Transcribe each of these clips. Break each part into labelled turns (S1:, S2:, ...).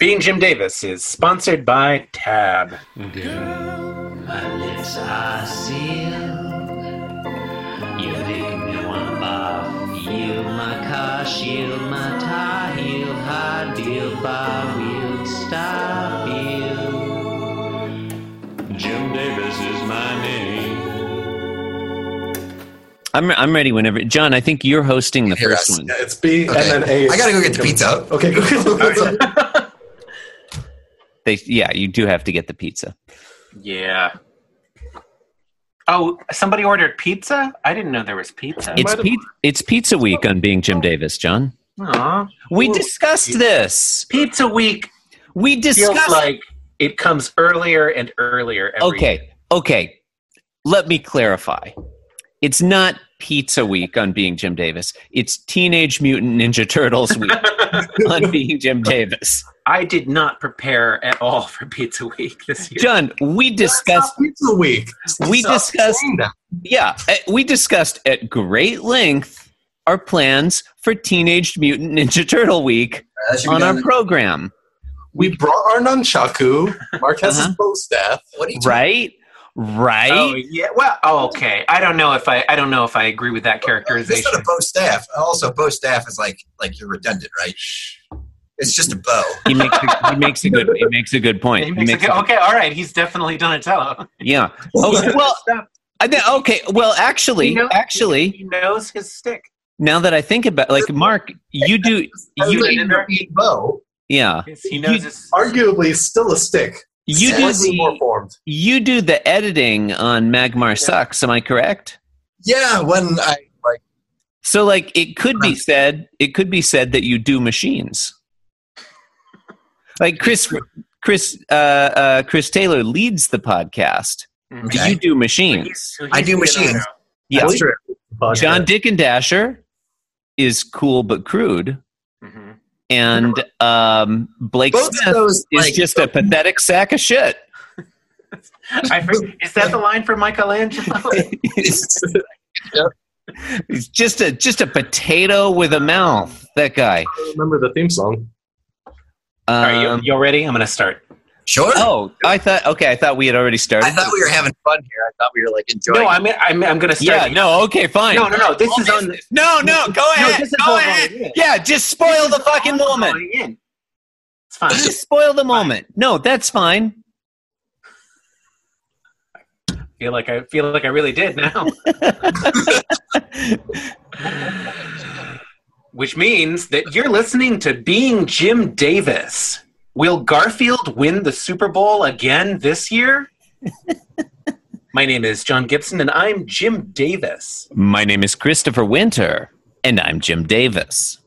S1: Being Jim Davis is sponsored by Tab.
S2: Unless I seal, you make me wanna buff. Yield my car, shield my tie, heel, high deal, bar wheel, stop heel. Jim Davis is my name.
S3: I'm I'm ready whenever. John, I think you're hosting the
S4: Hear
S3: first
S4: us.
S3: one.
S5: Yeah, it's B
S4: Okay.
S5: and then A.
S4: I gotta go get the pizza.
S5: Okay, go get the pizza.
S3: They yeah, you do have to get the pizza.
S1: Yeah. Oh, somebody ordered pizza? I didn't know there was pizza.
S3: It's
S5: might have-
S3: pe- it's pizza week on being Jim Davis, John.
S1: Aw.
S3: We
S1: oh. Well,
S3: discussed this.
S1: Pizza week
S3: We
S1: feels
S3: discussed
S1: like it comes earlier and earlier every
S3: Okay. Okay. Let me clarify. It's not Pizza Week on Being Jim Davis. It's Teenage Mutant Ninja Turtles Week on Being Jim Davis.
S1: I did not prepare at all for Pizza Week this year.
S3: John, we discussed.
S4: It's Pizza week.
S3: We
S4: Stop
S3: discussed.
S4: saying that.
S3: Yeah, eh, we discussed at great length our plans for Teenage Mutant Ninja Turtle Week
S4: That should be
S3: on
S4: done.
S3: our program,
S5: we brought our nunchaku, Marquez's
S3: Uh-huh.
S5: post staff.
S4: What are you doing?
S3: right? Right?
S1: Oh yeah. Well, oh, okay. I don't know if I. I don't know if I agree with that
S4: It's
S1: characterization.
S4: not a bow staff. Also, bow staff is like like you're redundant, right? It's just a bow.
S3: He makes a, he makes a good he makes a good point.
S1: He makes a- okay, all right. He's definitely Donatello.
S3: Yeah. Okay, well, I thi- okay. Well, actually,
S1: Oh, You know-
S3: actually,
S1: he knows his stick.
S3: now that I think about, like, Mark, you do, you,
S4: bow.
S3: yeah,
S1: Yes, He knows
S3: You-
S1: his.
S5: Arguably, still a stick.
S3: you do
S5: Slightly more
S3: the,
S5: formed.
S3: you do the editing on Magmar sucks. Am I correct?
S4: Yeah, when I like
S3: So, like, it could be said, it could be said that you do machines. Like Chris, Chris, uh, uh, Chris Taylor leads the podcast.
S1: Mhm.
S4: Okay.
S3: You do machines.
S1: He's- he's
S4: I do
S1: good
S4: machines.
S1: on-
S3: Yeah.
S5: true. But-
S3: John Dick and Dasher is cool but crude,
S1: Mhm.
S3: and um, Blake
S4: both
S3: Smith.
S4: of those
S3: is
S4: like
S3: just a pathetic sack of shit.
S1: I forg- is that the line for Michelangelo?
S3: He's just a just a potato with a mouth. That guy.
S5: I remember the theme song.
S1: All right, you,
S3: Um,
S1: you ready? I'm gonna start.
S4: sure.
S3: oh, I thought okay. I thought we had already started.
S4: I thought we were having fun here. I thought we were like enjoying.
S1: No, I'm. I'm. I'm gonna
S3: yeah.
S1: start.
S3: No. Okay. Fine.
S1: no, no, no. This is on.
S3: No. No. Go ahead.
S1: this is
S3: go
S1: all
S3: ahead.
S1: going in.
S3: Yeah. Just spoil the fucking
S1: Going
S3: moment.
S1: in. It's fine.
S3: Just spoil the moment. No, that's fine.
S1: feel like I feel like I really did now. Which means that you're listening to Being Jim Davis. Will Garfield win the Super Bowl again this year? My name is John Gibson and I'm Jim Davis.
S3: My name is Christopher Winter, and I'm Jim Davis.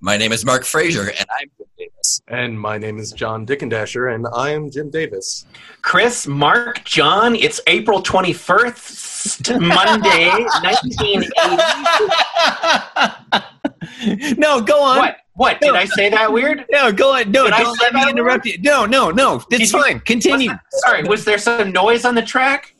S4: My name is Mark Frazier, and I'm Jim Davis.
S5: And my name is John Dickendasher, and I am Jim Davis.
S1: Chris, Mark, John, it's April 21st, Monday, 1980.
S3: no, go on.
S1: What? What? Did I say that weird?
S3: No, go on. No,
S1: Did I
S3: don't
S1: say
S3: let me
S1: that
S3: interrupt you. No, no, no. It's
S1: you-
S3: fine. Continue.
S1: Sorry, was there some noise on the track?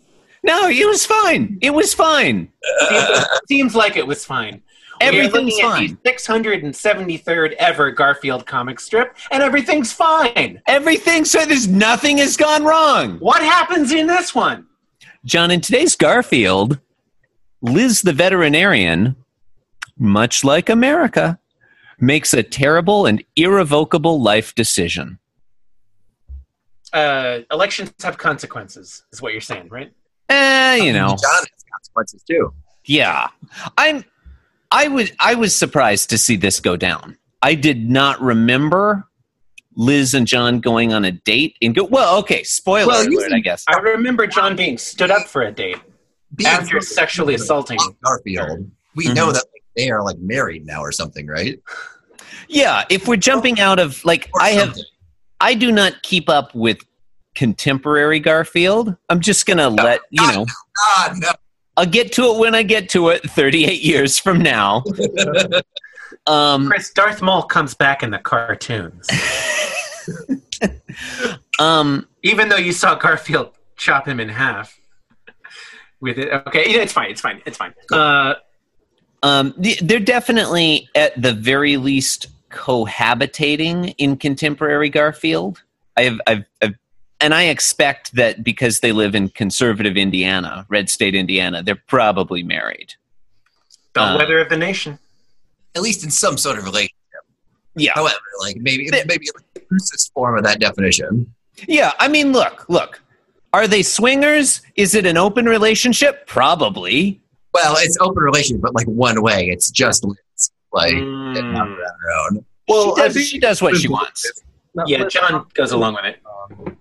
S3: No, it was fine. It was fine.
S1: seems, seems like it was fine.
S3: Everything's fine.
S1: Six hundred and seventy third ever Garfield comic strip, and everything's fine.
S3: Everything so there's nothing has gone wrong.
S1: What happens in this one?
S3: John, in today's Garfield, Liz the veterinarian, much like America, makes a terrible and irrevocable life decision.
S1: Uh, elections have consequences, is what you're saying, right?
S3: Eh, you know.
S4: John has consequences too.
S3: Yeah. I'm I was I was surprised to see this go down. I did not remember Liz and John going on a date and go well, okay, spoiler
S4: Well, you
S3: alert, I
S4: think-
S3: guess.
S1: I remember John being stood up for a date
S4: Being
S1: after
S4: from
S1: sexually assaulting.
S4: Garfield, we know
S3: Mm-hmm.
S4: that like, they are like married now or something, right?
S3: Yeah, if we're jumping out of like
S4: Or
S3: I have
S4: something.
S3: I do not keep up with contemporary Garfield. I'm just gonna let you know.
S4: God no.
S3: I'll get to it when I get to it. 38 years from now. Um,
S1: Chris Darth Maul comes back in the cartoons,
S3: um,
S1: even though you saw Garfield chop him in half. With it, okay, yeah, it's fine, it's fine, it's fine. Uh,
S3: um, th- they're definitely at the very least cohabitating in contemporary Garfield. I've, I've, I've, and I expect that because they live in conservative Indiana, red state Indiana, they're probably married.
S1: Bellwether of the nation.
S4: At least in some sort of relationship.
S3: Yeah.
S4: However, like maybe maybe like the loosest form of that definition.
S3: Yeah, I mean, look, look. Are they swingers? Is it an open relationship? Probably.
S4: Well, it's open relationship, but like one way. It's just Liz. Like and not
S1: Mm.
S4: on her own.
S3: Well, she
S5: I
S3: does,
S5: think
S3: she does what she wants.
S5: Not-
S1: Yeah, John goes along with it.
S5: Um,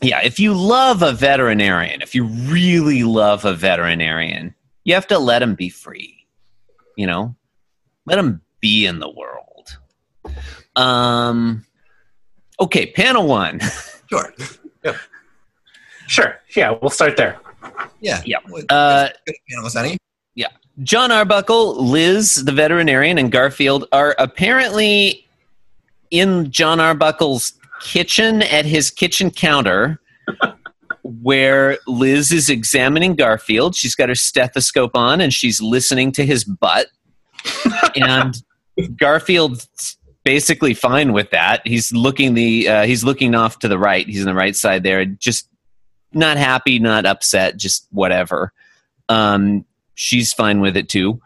S3: Yeah, if you love a veterinarian, if you really love a veterinarian, you have to let him be free. You know, let him be in the world. Um. Okay, panel one.
S4: Sure.
S1: Sure. Yeah, we'll start there.
S4: Yeah.
S3: Yeah.
S4: What-
S3: Uh,
S4: good panelist, honey.
S3: John Arbuckle, Liz, the veterinarian, and Garfield are apparently in John Arbuckle's kitchen at his kitchen counter where Liz is examining Garfield. She's got her stethoscope on and she's listening to his butt. and Garfield's basically fine with that. He's looking the uh, he's looking off to the right. He's on the right side there. Just not happy, not upset, just whatever. Um, she's fine with it too.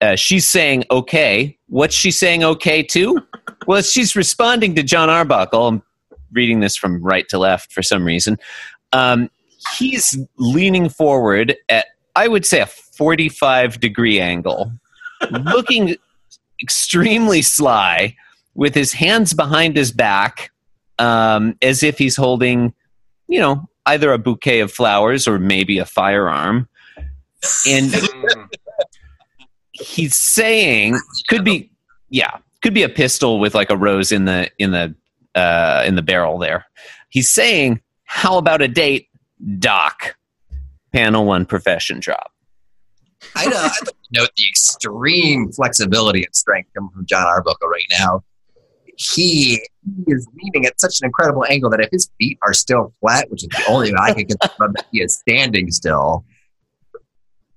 S3: Uh, she's saying okay. What's she saying okay to? Well, she's responding to John Arbuckle. I'm reading this from right to left for some reason. Um, he's leaning forward at, I would say, a 45 degree angle, looking extremely sly with his hands behind his back um, as if he's holding, you know, either a bouquet of flowers or maybe a firearm. And
S5: mm,
S3: he's saying could be yeah could be a pistol with like a rose in the in the uh, in the barrel there he's saying how about a date doc panel one profession job
S4: I know. I'd like to note the extreme flexibility and strength coming from John Arbuckle right now. He, he is leaning at such an incredible angle that if his feet are still flat, which is the only way I can confirm that he is standing still,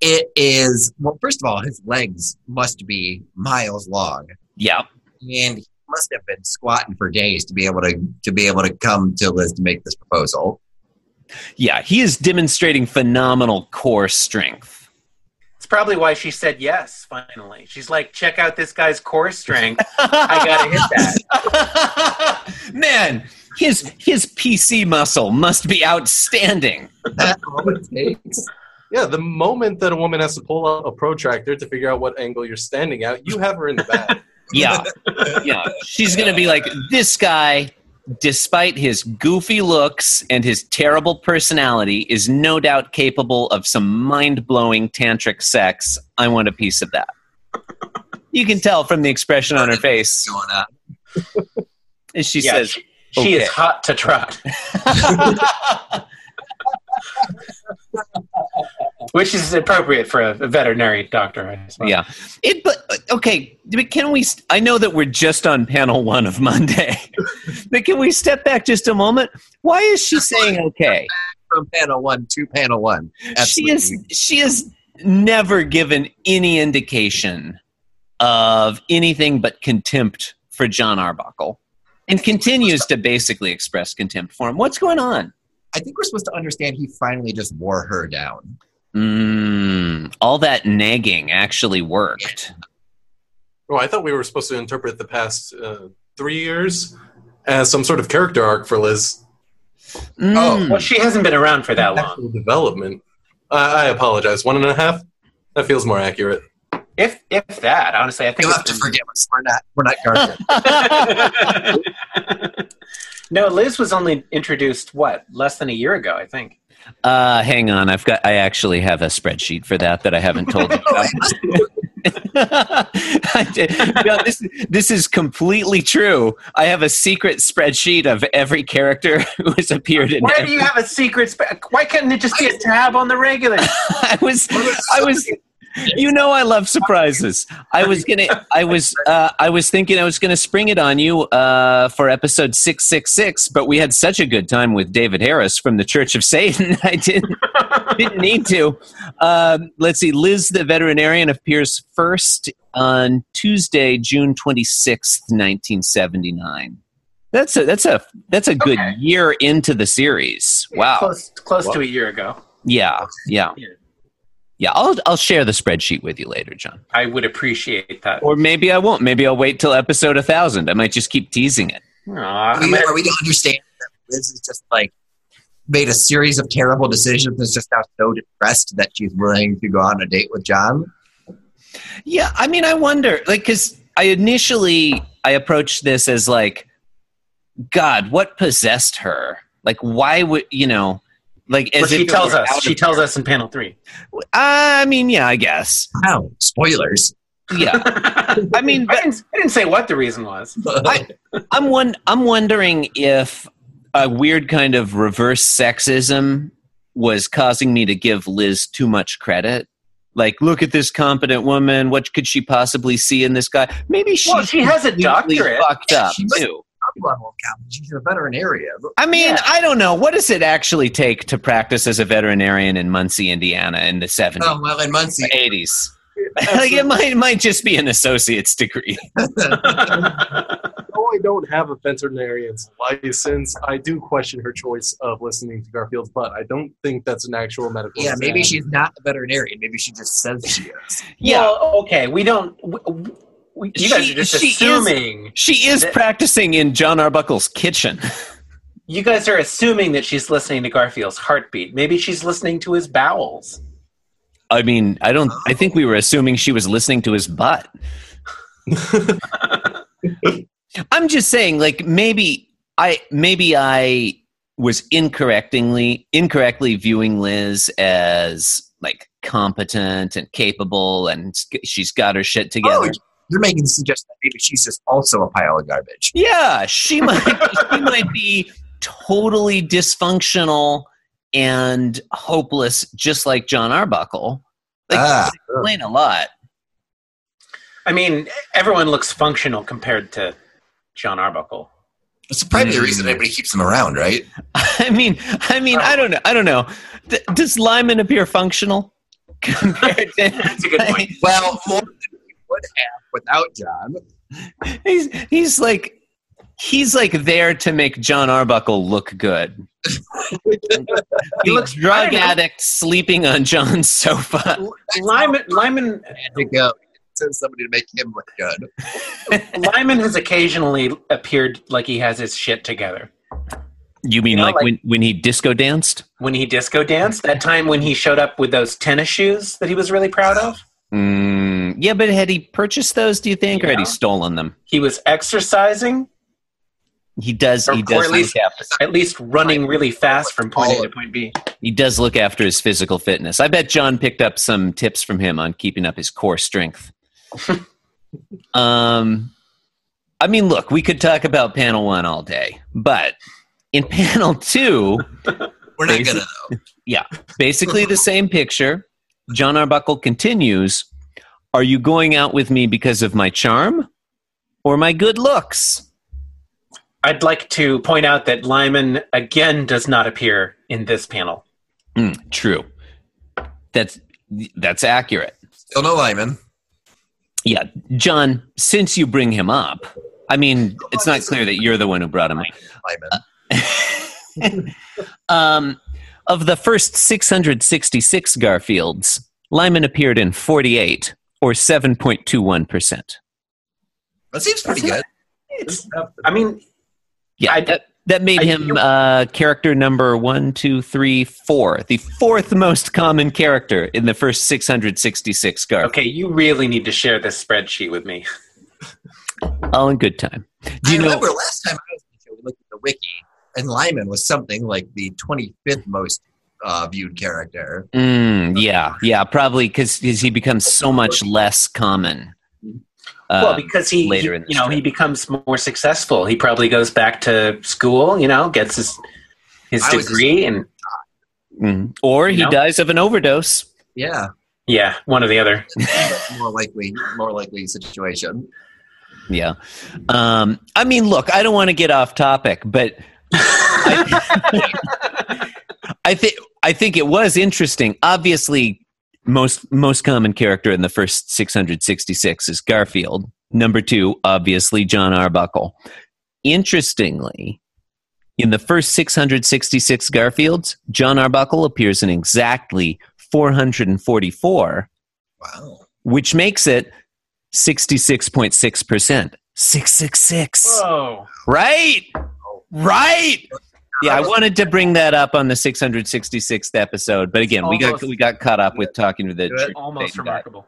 S4: it is well. First of all, his legs must be miles long,
S3: yeah
S4: and he must have been squatting for days to be able to to be able to come to Liz to make this proposal.
S3: yeah he is demonstrating phenomenal core strength
S1: It's probably why she said yes, finally. She's like, check out this guy's core strength. I gotta hit that.
S3: man his his pc muscle must be outstanding
S4: That's all it takes.
S5: yeah, the moment that a woman has to pull out a protractor to figure out what angle you're standing at, you have her in the back.
S3: Yeah. Yeah. She's going to be like, this guy, despite his goofy looks and his terrible personality, is no doubt capable of some mind blowing tantric sex. I want a piece of that. You can tell from the expression on her face
S4: Going on.
S3: as she
S1: Yeah,
S3: says,
S1: she, she
S3: okay.
S1: is hot to trot, which is appropriate for a, a veterinary doctor. I suppose.
S3: Yeah. It, but okay, but can we? st- I know that we're just on panel one of Monday, but can we step back just a moment? Why is she saying okay?
S4: from panel one to panel one.
S3: She is she is never given any indication of anything but contempt for John Arbuckle, and continues to basically express contempt for him. What's going on?
S4: I think we're supposed to understand he finally just wore her down.
S3: Mm, all that nagging actually worked.
S5: Oh, I thought we were supposed to interpret the past uh, three years as some sort of character arc for Liz.
S3: Mm.
S1: Well, she hasn't been around for that long.
S5: Actual development. I I apologize. One and a half? That feels more accurate.
S1: If if that, honestly, I think it's
S4: You'll have to
S1: been-
S4: forgive us. We're not. We're not guarded.
S1: no, Liz was only introduced what less than a year ago, I think.
S3: Uh, hang on, I've got. I actually have a spreadsheet for that that I haven't told you. About. I did- no, this, this is completely true. I have a secret spreadsheet of every character who has appeared in.
S1: Why
S3: Every,
S1: do you have a secret? Sp- Why couldn't it just be a tab on the regular?
S3: I was, I was. You know, I love surprises. I was gonna, I was, uh, I was thinking I was gonna spring it on you uh, for episode six six six, but we had such a good time with David Harris from the Church of Satan. I didn't. Didn't need to. Um, let's see. Liz, the veterinarian, appears first on Tuesday, June twenty sixth, nineteen seventy nine. That's a that's a that's a good
S1: Okay.
S3: year into the series. Wow.
S1: Close, close
S5: Wow.
S1: to a year ago.
S3: Yeah. Yeah.
S1: Yeah.
S3: Yeah. I'll I'll share the spreadsheet with you later, John.
S1: I would appreciate that.
S3: Or maybe I won't. Maybe I'll wait till episode a thousand. I might just keep teasing it.
S1: Aw,
S4: Are we, are we to understand that Liz is just like made a series of terrible decisions and is just now so depressed that she's willing to go on a date with John?
S3: Yeah, I mean, I wonder, like, because I initially I approached this as like, God, what possessed her? Like, why would you know? Like, as
S1: well, she
S3: if it
S1: tells
S3: were
S1: us.
S3: out
S1: She
S3: of-
S1: tells us in panel three.
S3: I mean, yeah, I guess.
S4: Wow, spoilers.
S3: Yeah,
S1: I
S3: I mean, but
S1: didn't, I didn't say what the reason was.
S3: I- I'm one. I'm wondering if a weird kind of reverse sexism was causing me to give Liz too much credit. Like, look at this competent woman. What could she possibly see in this guy? Maybe she,
S1: Well, she has a
S3: completely
S1: doctorate.
S3: fucked up
S4: She must-
S3: too.
S4: She's a veterinarian.
S3: I mean,
S1: Yeah.
S3: I don't know. What does it actually take to practice as a veterinarian in Muncie, Indiana in the 70s,
S4: Oh,
S1: Um,
S4: well, in Muncie.
S3: 80s? like it might, it might just be an associate's degree.
S5: Though I don't have a veterinarian's license, I do question her choice of listening to Garfield's butt. I don't think that's an actual medical.
S4: Yeah, maybe
S5: exam.
S4: she's not a veterinarian. Maybe she just says she is.
S3: Yeah.
S1: Well, okay. We don't. We, we, you guys
S3: She-
S1: are just
S3: she is-
S1: assuming.
S3: she is
S1: That-
S3: practicing in John Arbuckle's kitchen.
S1: You guys are assuming that she's listening to Garfield's heartbeat. Maybe she's listening to his bowels.
S3: I mean, I don't. I think we were assuming she was listening to his butt. I'm just saying, like maybe I maybe I was incorrectingly incorrectly viewing Liz as like competent and capable, and sk- she's got her shit together.
S4: Oh, you're making the suggestion that maybe she's just also a pile of garbage.
S3: Yeah, she might she might be totally dysfunctional and hopeless, just like John Arbuckle. Like,
S4: Ah.
S3: explain a lot.
S1: I mean, everyone looks functional compared to John Arbuckle.
S4: It's probably
S3: Hmm.
S4: the reason anybody keeps them around, right?
S3: I mean, I mean, I don't know. I don't know. Th- does Lyman appear functional compared to?
S1: That's a good point.
S4: Well, more than we would have without John.
S3: he's he's like he's like there to make John Arbuckle look good.
S1: He
S3: The
S1: looks- I
S3: drug
S1: don't know.
S3: addict sleeping on John's sofa.
S1: Lyman, Lyman,
S4: Had to go send somebody to make him look good.
S1: Lyman has occasionally appeared like he has his shit together.
S3: You
S1: You
S3: mean
S1: know,
S3: like,
S1: like-
S3: when when he disco danced?
S1: When he disco danced, that time when he showed up with those tennis shoes that he was really proud of,
S3: Mm, yeah, but had he purchased those? Do you think, or had he
S1: Yeah.
S3: stolen them?
S1: he was exercising,
S3: He does.
S1: Or-
S3: he
S1: or
S3: does.
S1: at least-
S3: look after,
S1: at least running really fast from point A to point B.
S3: he does look after his physical fitness. I bet John picked up some tips from him on keeping up his core strength. um, I mean, look, we could talk about panel one all day, but in panel two,
S4: We're
S3: not gonna, basically the same picture. John Arbuckle continues Are you going out with me because of my charm or my good looks?
S1: I'd like to point out that Lyman again does not appear in this panel.
S3: Hmm, true. That's that's accurate.
S4: Still no Lyman.
S3: Yeah, John, since you bring him up, I mean, it's not clear that you're the one who brought him up.
S4: Lyman.
S3: Um, of the first 666 Garfields, Lyman appeared in 48, or 7.21%.
S4: that seems pretty
S1: That's
S4: good.
S1: It's, I mean,
S3: Yeah,
S1: I-
S3: that, that made
S1: I-
S3: him uh, character number one, two, three, four, the fourth most common character in the first 666 Garfield.
S1: okay, you really need to share this spreadsheet with me.
S3: All in good time. Do
S4: I
S3: you know?
S4: remember last time I was on the show, we looked at the wiki, and Lyman was something like the 25th most uh, viewed character.
S3: Mm, yeah, yeah, probably because he becomes so much less common.
S1: well,
S3: Um,
S1: because he,
S3: later
S1: he-
S3: in the
S1: you know,
S3: strip.
S1: he becomes more successful. He probably goes back to school, you know, gets his his
S4: I was
S1: degree, and
S3: Mm. Or
S1: You
S3: he
S1: know?
S3: dies of an overdose.
S4: Yeah,
S1: yeah, one or the other.
S4: more likely, more likely situation.
S3: Yeah. Um, I mean, look, I don't want to get off topic, but I, I I think I think it was interesting. Obviously, most most common character in the first 666 is Garfield. Number two, obviously, John Arbuckle. Interestingly, in the first 666 Garfields, John Arbuckle appears in exactly 444,
S4: Wow.
S3: which makes it 66.6%. 666.
S5: Whoa.
S3: Right. Right. Yeah, I wanted to bring that up on the 666th episode, but again, we got
S1: Almost.
S3: we got caught up with talking to the
S4: Do it.
S3: Church of
S1: Almost
S3: Satan guy.
S1: remarkable.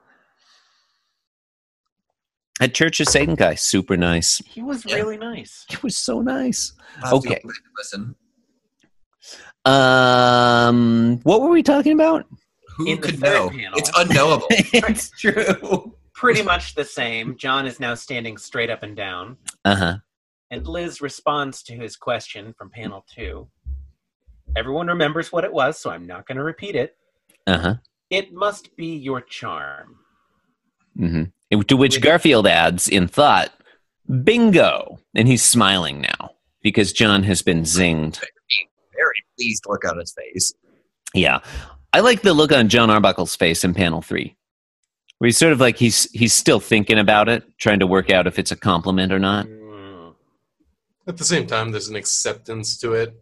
S3: That Church of Satan guy, super nice.
S1: He was
S4: Yeah.
S1: really nice.
S3: It was so nice.
S4: I'll have to
S3: Okay.
S4: go back and Listen,
S3: Um, what were we talking about?
S4: who
S1: In the
S4: could
S1: third
S4: know?
S1: panel.
S4: It's unknowable.
S3: it's true.
S1: Pretty much the same. John is now standing straight up and down.
S3: Uh huh.
S1: And Liz responds to his question from panel two. Everyone remembers what it was, so I'm not going to repeat it.
S3: Uh huh.
S1: It must be your charm.
S3: Mm-hmm. To which Garfield adds in thought, "Bingo!" and he's smiling now because John has been zinged.
S4: Very pleased look on his face.
S3: Yeah. I like the look on John Arbuckle's face in panel three. Where he's sort of like he's he's still thinking about it, trying to work out if it's a compliment or not.
S1: Mm.
S5: At the same time, there's an acceptance to it.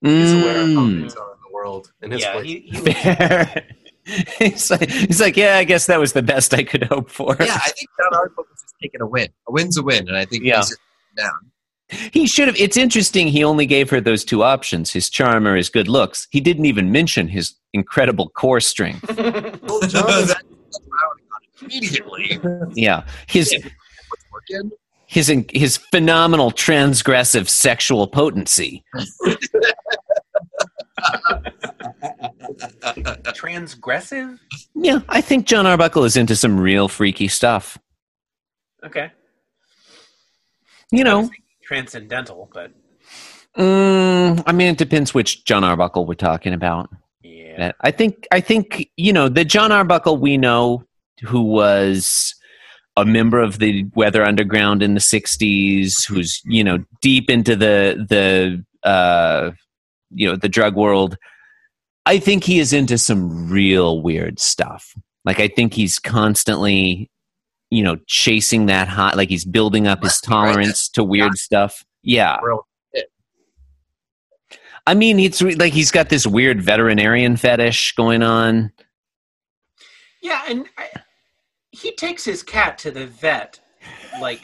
S5: He's aware of how
S4: Hmm.
S3: Mm.
S5: things are in the world. In his
S1: Yeah,
S5: place.
S1: he, he was-
S3: Fair. he's, like, he's like, yeah, I guess that was the best I could hope for.
S4: Yeah, I think John Arbuckle was just taking a win. A win's a win, and I think
S3: Yeah.
S4: he's just down.
S3: He should have. It's interesting. He only gave her those two options: his charm or his good looks. He didn't even mention his incredible core strength.
S4: Well, John is- that's what I would've gone immediately.
S3: Yeah, his
S4: What's working?
S3: his in- his phenomenal transgressive sexual potency.
S1: transgressive?
S3: Yeah, I think John Arbuckle is into some real freaky stuff.
S1: Okay.
S3: You know,
S1: Transcendental, but
S3: mm, I mean, it depends which John Arbuckle we're talking about.
S1: yeah.
S3: That- I think I think you know the John Arbuckle we know who was a member of the Weather Underground in the '60s, who's you know deep into the the uh, you know the drug world. I think he is into some real weird stuff. Like I think he's constantly you know chasing that hot. Like he's building up his
S4: Right.
S3: tolerance to weird stuff. Yeah.
S4: Real shit.
S3: I mean, it's re- like he's got this weird veterinarian fetish going on.
S1: Yeah, and I, he takes his cat to the vet like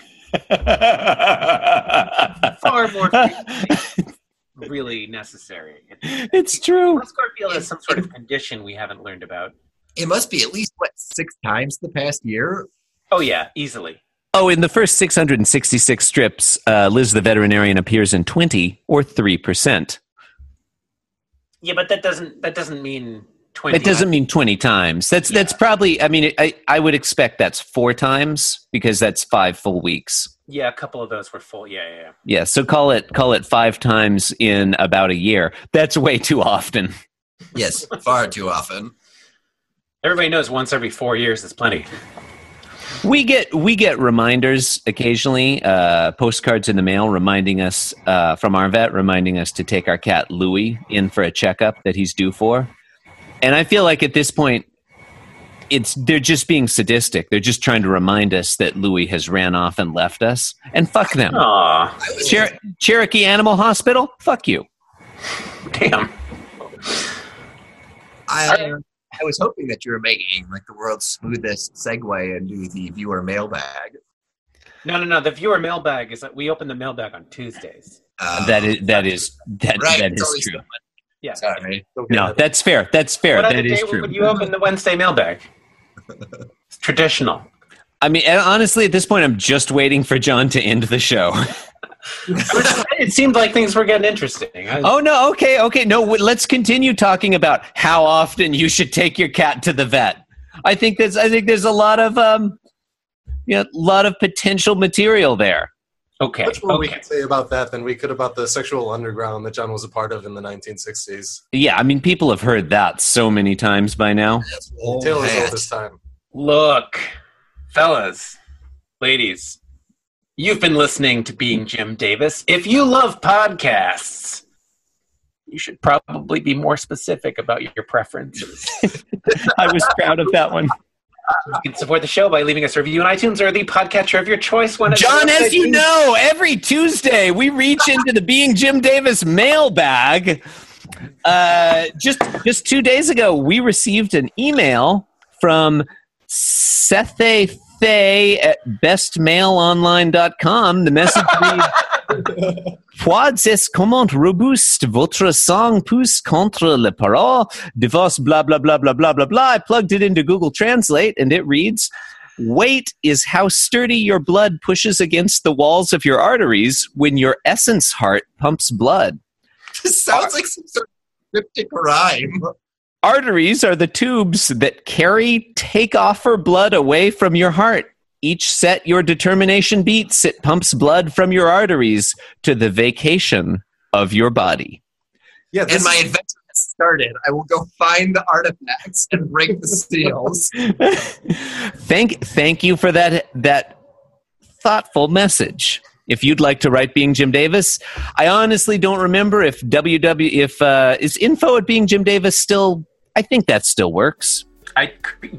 S1: far more frequently than really necessary.
S3: it's true.
S1: Unless Garfield has some sort of condition we haven't learned about.
S4: It must be at least what six times the past year.
S1: Oh yeah, easily.
S3: Oh, in the first 666 strips, uh, Liz the veterinarian appears in 20 or 3%.
S1: Yeah, but that doesn't that doesn't mean twenty.
S3: That doesn't mean 20 times. That's that's probably I mean I I would expect that's 4 times because that's 5 full weeks.
S1: Yeah, a couple of those were full. Yeah, yeah. yeah.
S3: Yeah, so call it call it 5 times in about a year. That's way too often.
S4: Yes, far too often.
S1: Everybody knows once every four years is plenty.
S3: We get we get reminders occasionally, uh, postcards in the mail reminding us uh, from our vet, reminding us to take our cat Louie in for a checkup that he's due for. And I feel like at this point, it's they're just being sadistic. They're just trying to remind us that Louie has ran off and left us. And fuck them,
S1: Oh. Aw,
S4: I was
S3: Cher- Cherokee Animal Hospital. Fuck you.
S1: damn.
S4: I, uh, I was hoping that you were making like the world's smoothest segue into the viewer mailbag.
S1: No, no, no. The viewer mailbag is we open the mailbag on Tuesdays.
S4: Uh,
S3: That is that is that
S4: Right,
S3: that
S4: it's
S3: is
S4: always
S3: true.
S1: Yeah.
S4: Sorry.
S5: Don't get
S3: No,
S5: mad at
S3: that's fair. That's fair.
S1: What other
S3: That is
S1: day
S3: true.
S1: would you open the Wednesday mailbag? It's traditional.
S3: I mean, and honestly, at this point, I'm just waiting for John to end the show.
S1: it seemed like things were getting interesting. I,
S3: Oh no, okay, okay. No, w- let's continue talking about how often you should take your cat to the vet. I think there's I think there's a lot of um you know, a lot of potential material there.
S1: okay.
S5: Much more we
S1: okay.
S5: could say about that than we could about the sexual underground that John was a part of in the 1960s.
S3: Yeah, I mean people have heard that so many times by now.
S4: That's old
S5: Taylor's
S4: hat.
S5: all this time.
S1: Look, fellas, ladies, you've been listening to Being Jim Davis. If you love podcasts, You should probably be more specific about your preferences.
S6: I was proud of that one.
S1: You can support the show by leaving us a review on iTunes or the podcatcher of your choice. One
S3: John, as you know, every Tuesday we reach into the Being Jim Davis mailbag. Uh, just just two days ago, we received an email from Sethe Thay at bestmailonline.com. The message reads, Poids est comment robuste votre sang pousse contre le parole de vos blah blah blah blah blah blah blah. I plugged it into Google Translate and it reads Weight is how sturdy your blood pushes against the walls of your arteries when your essence heart pumps blood.
S4: This sounds like some sort of cryptic rhyme.
S3: Arteries are the tubes that carry takeoffer blood away from your heart. Each set your determination beats, it pumps blood from your arteries to the vacation of your body.
S5: Yeah, this
S4: And my
S5: is-
S4: adventure has started. I will go find the artifacts and break the seals.
S3: thank thank you for that that thoughtful message. If you'd like to write Being Jim Davis, I honestly don't remember if WW if uh, is info at Being Jim Davis still. I think that still works.
S1: I,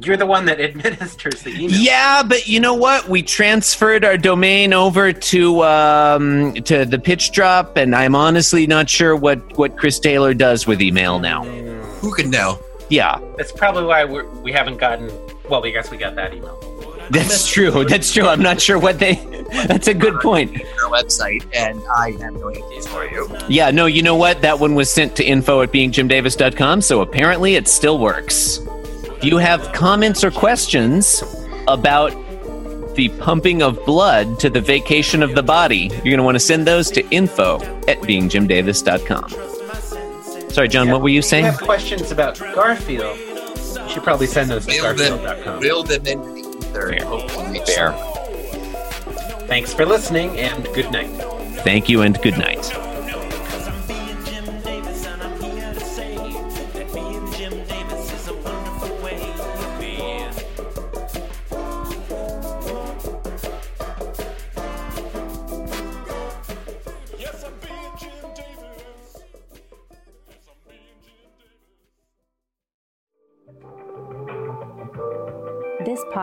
S1: you're the one that administers the email.
S3: Yeah, but you know what? We transferred our domain over to um, to the Pitch Drop, and I'm honestly not sure what what Chris Taylor does with email now.
S4: Who could know?
S3: Yeah,
S1: That's probably why we're, we haven't gotten. Well, I guess we got that email.
S3: that's true. That's true. I'm not sure what they. That's a good point.
S4: Their website, and I have no answers for you.
S3: Yeah, no, you know what? That one was sent to info at beingjimdavis.com, so apparently it still works. If you have comments or questions about the pumping of blood to the vacation of the body, you're going to want to send those to info at beingjimdavis.com. Sorry, John, what were you
S1: If you
S3: saying?
S1: have questions about Garfield, you should probably send those to
S4: Build them,
S1: garfield.com.
S4: build them into the ether. and hopefully make
S3: Fair.
S1: Thanks for listening and good night.
S3: Thank you and good night.
S7: Cause I'm being Jim Davis and I'm here to say that being Jim Davis is a wonderful way of being. Yes, I'm being Jim Davis. Yes, I'm being Jim Davis.
S8: This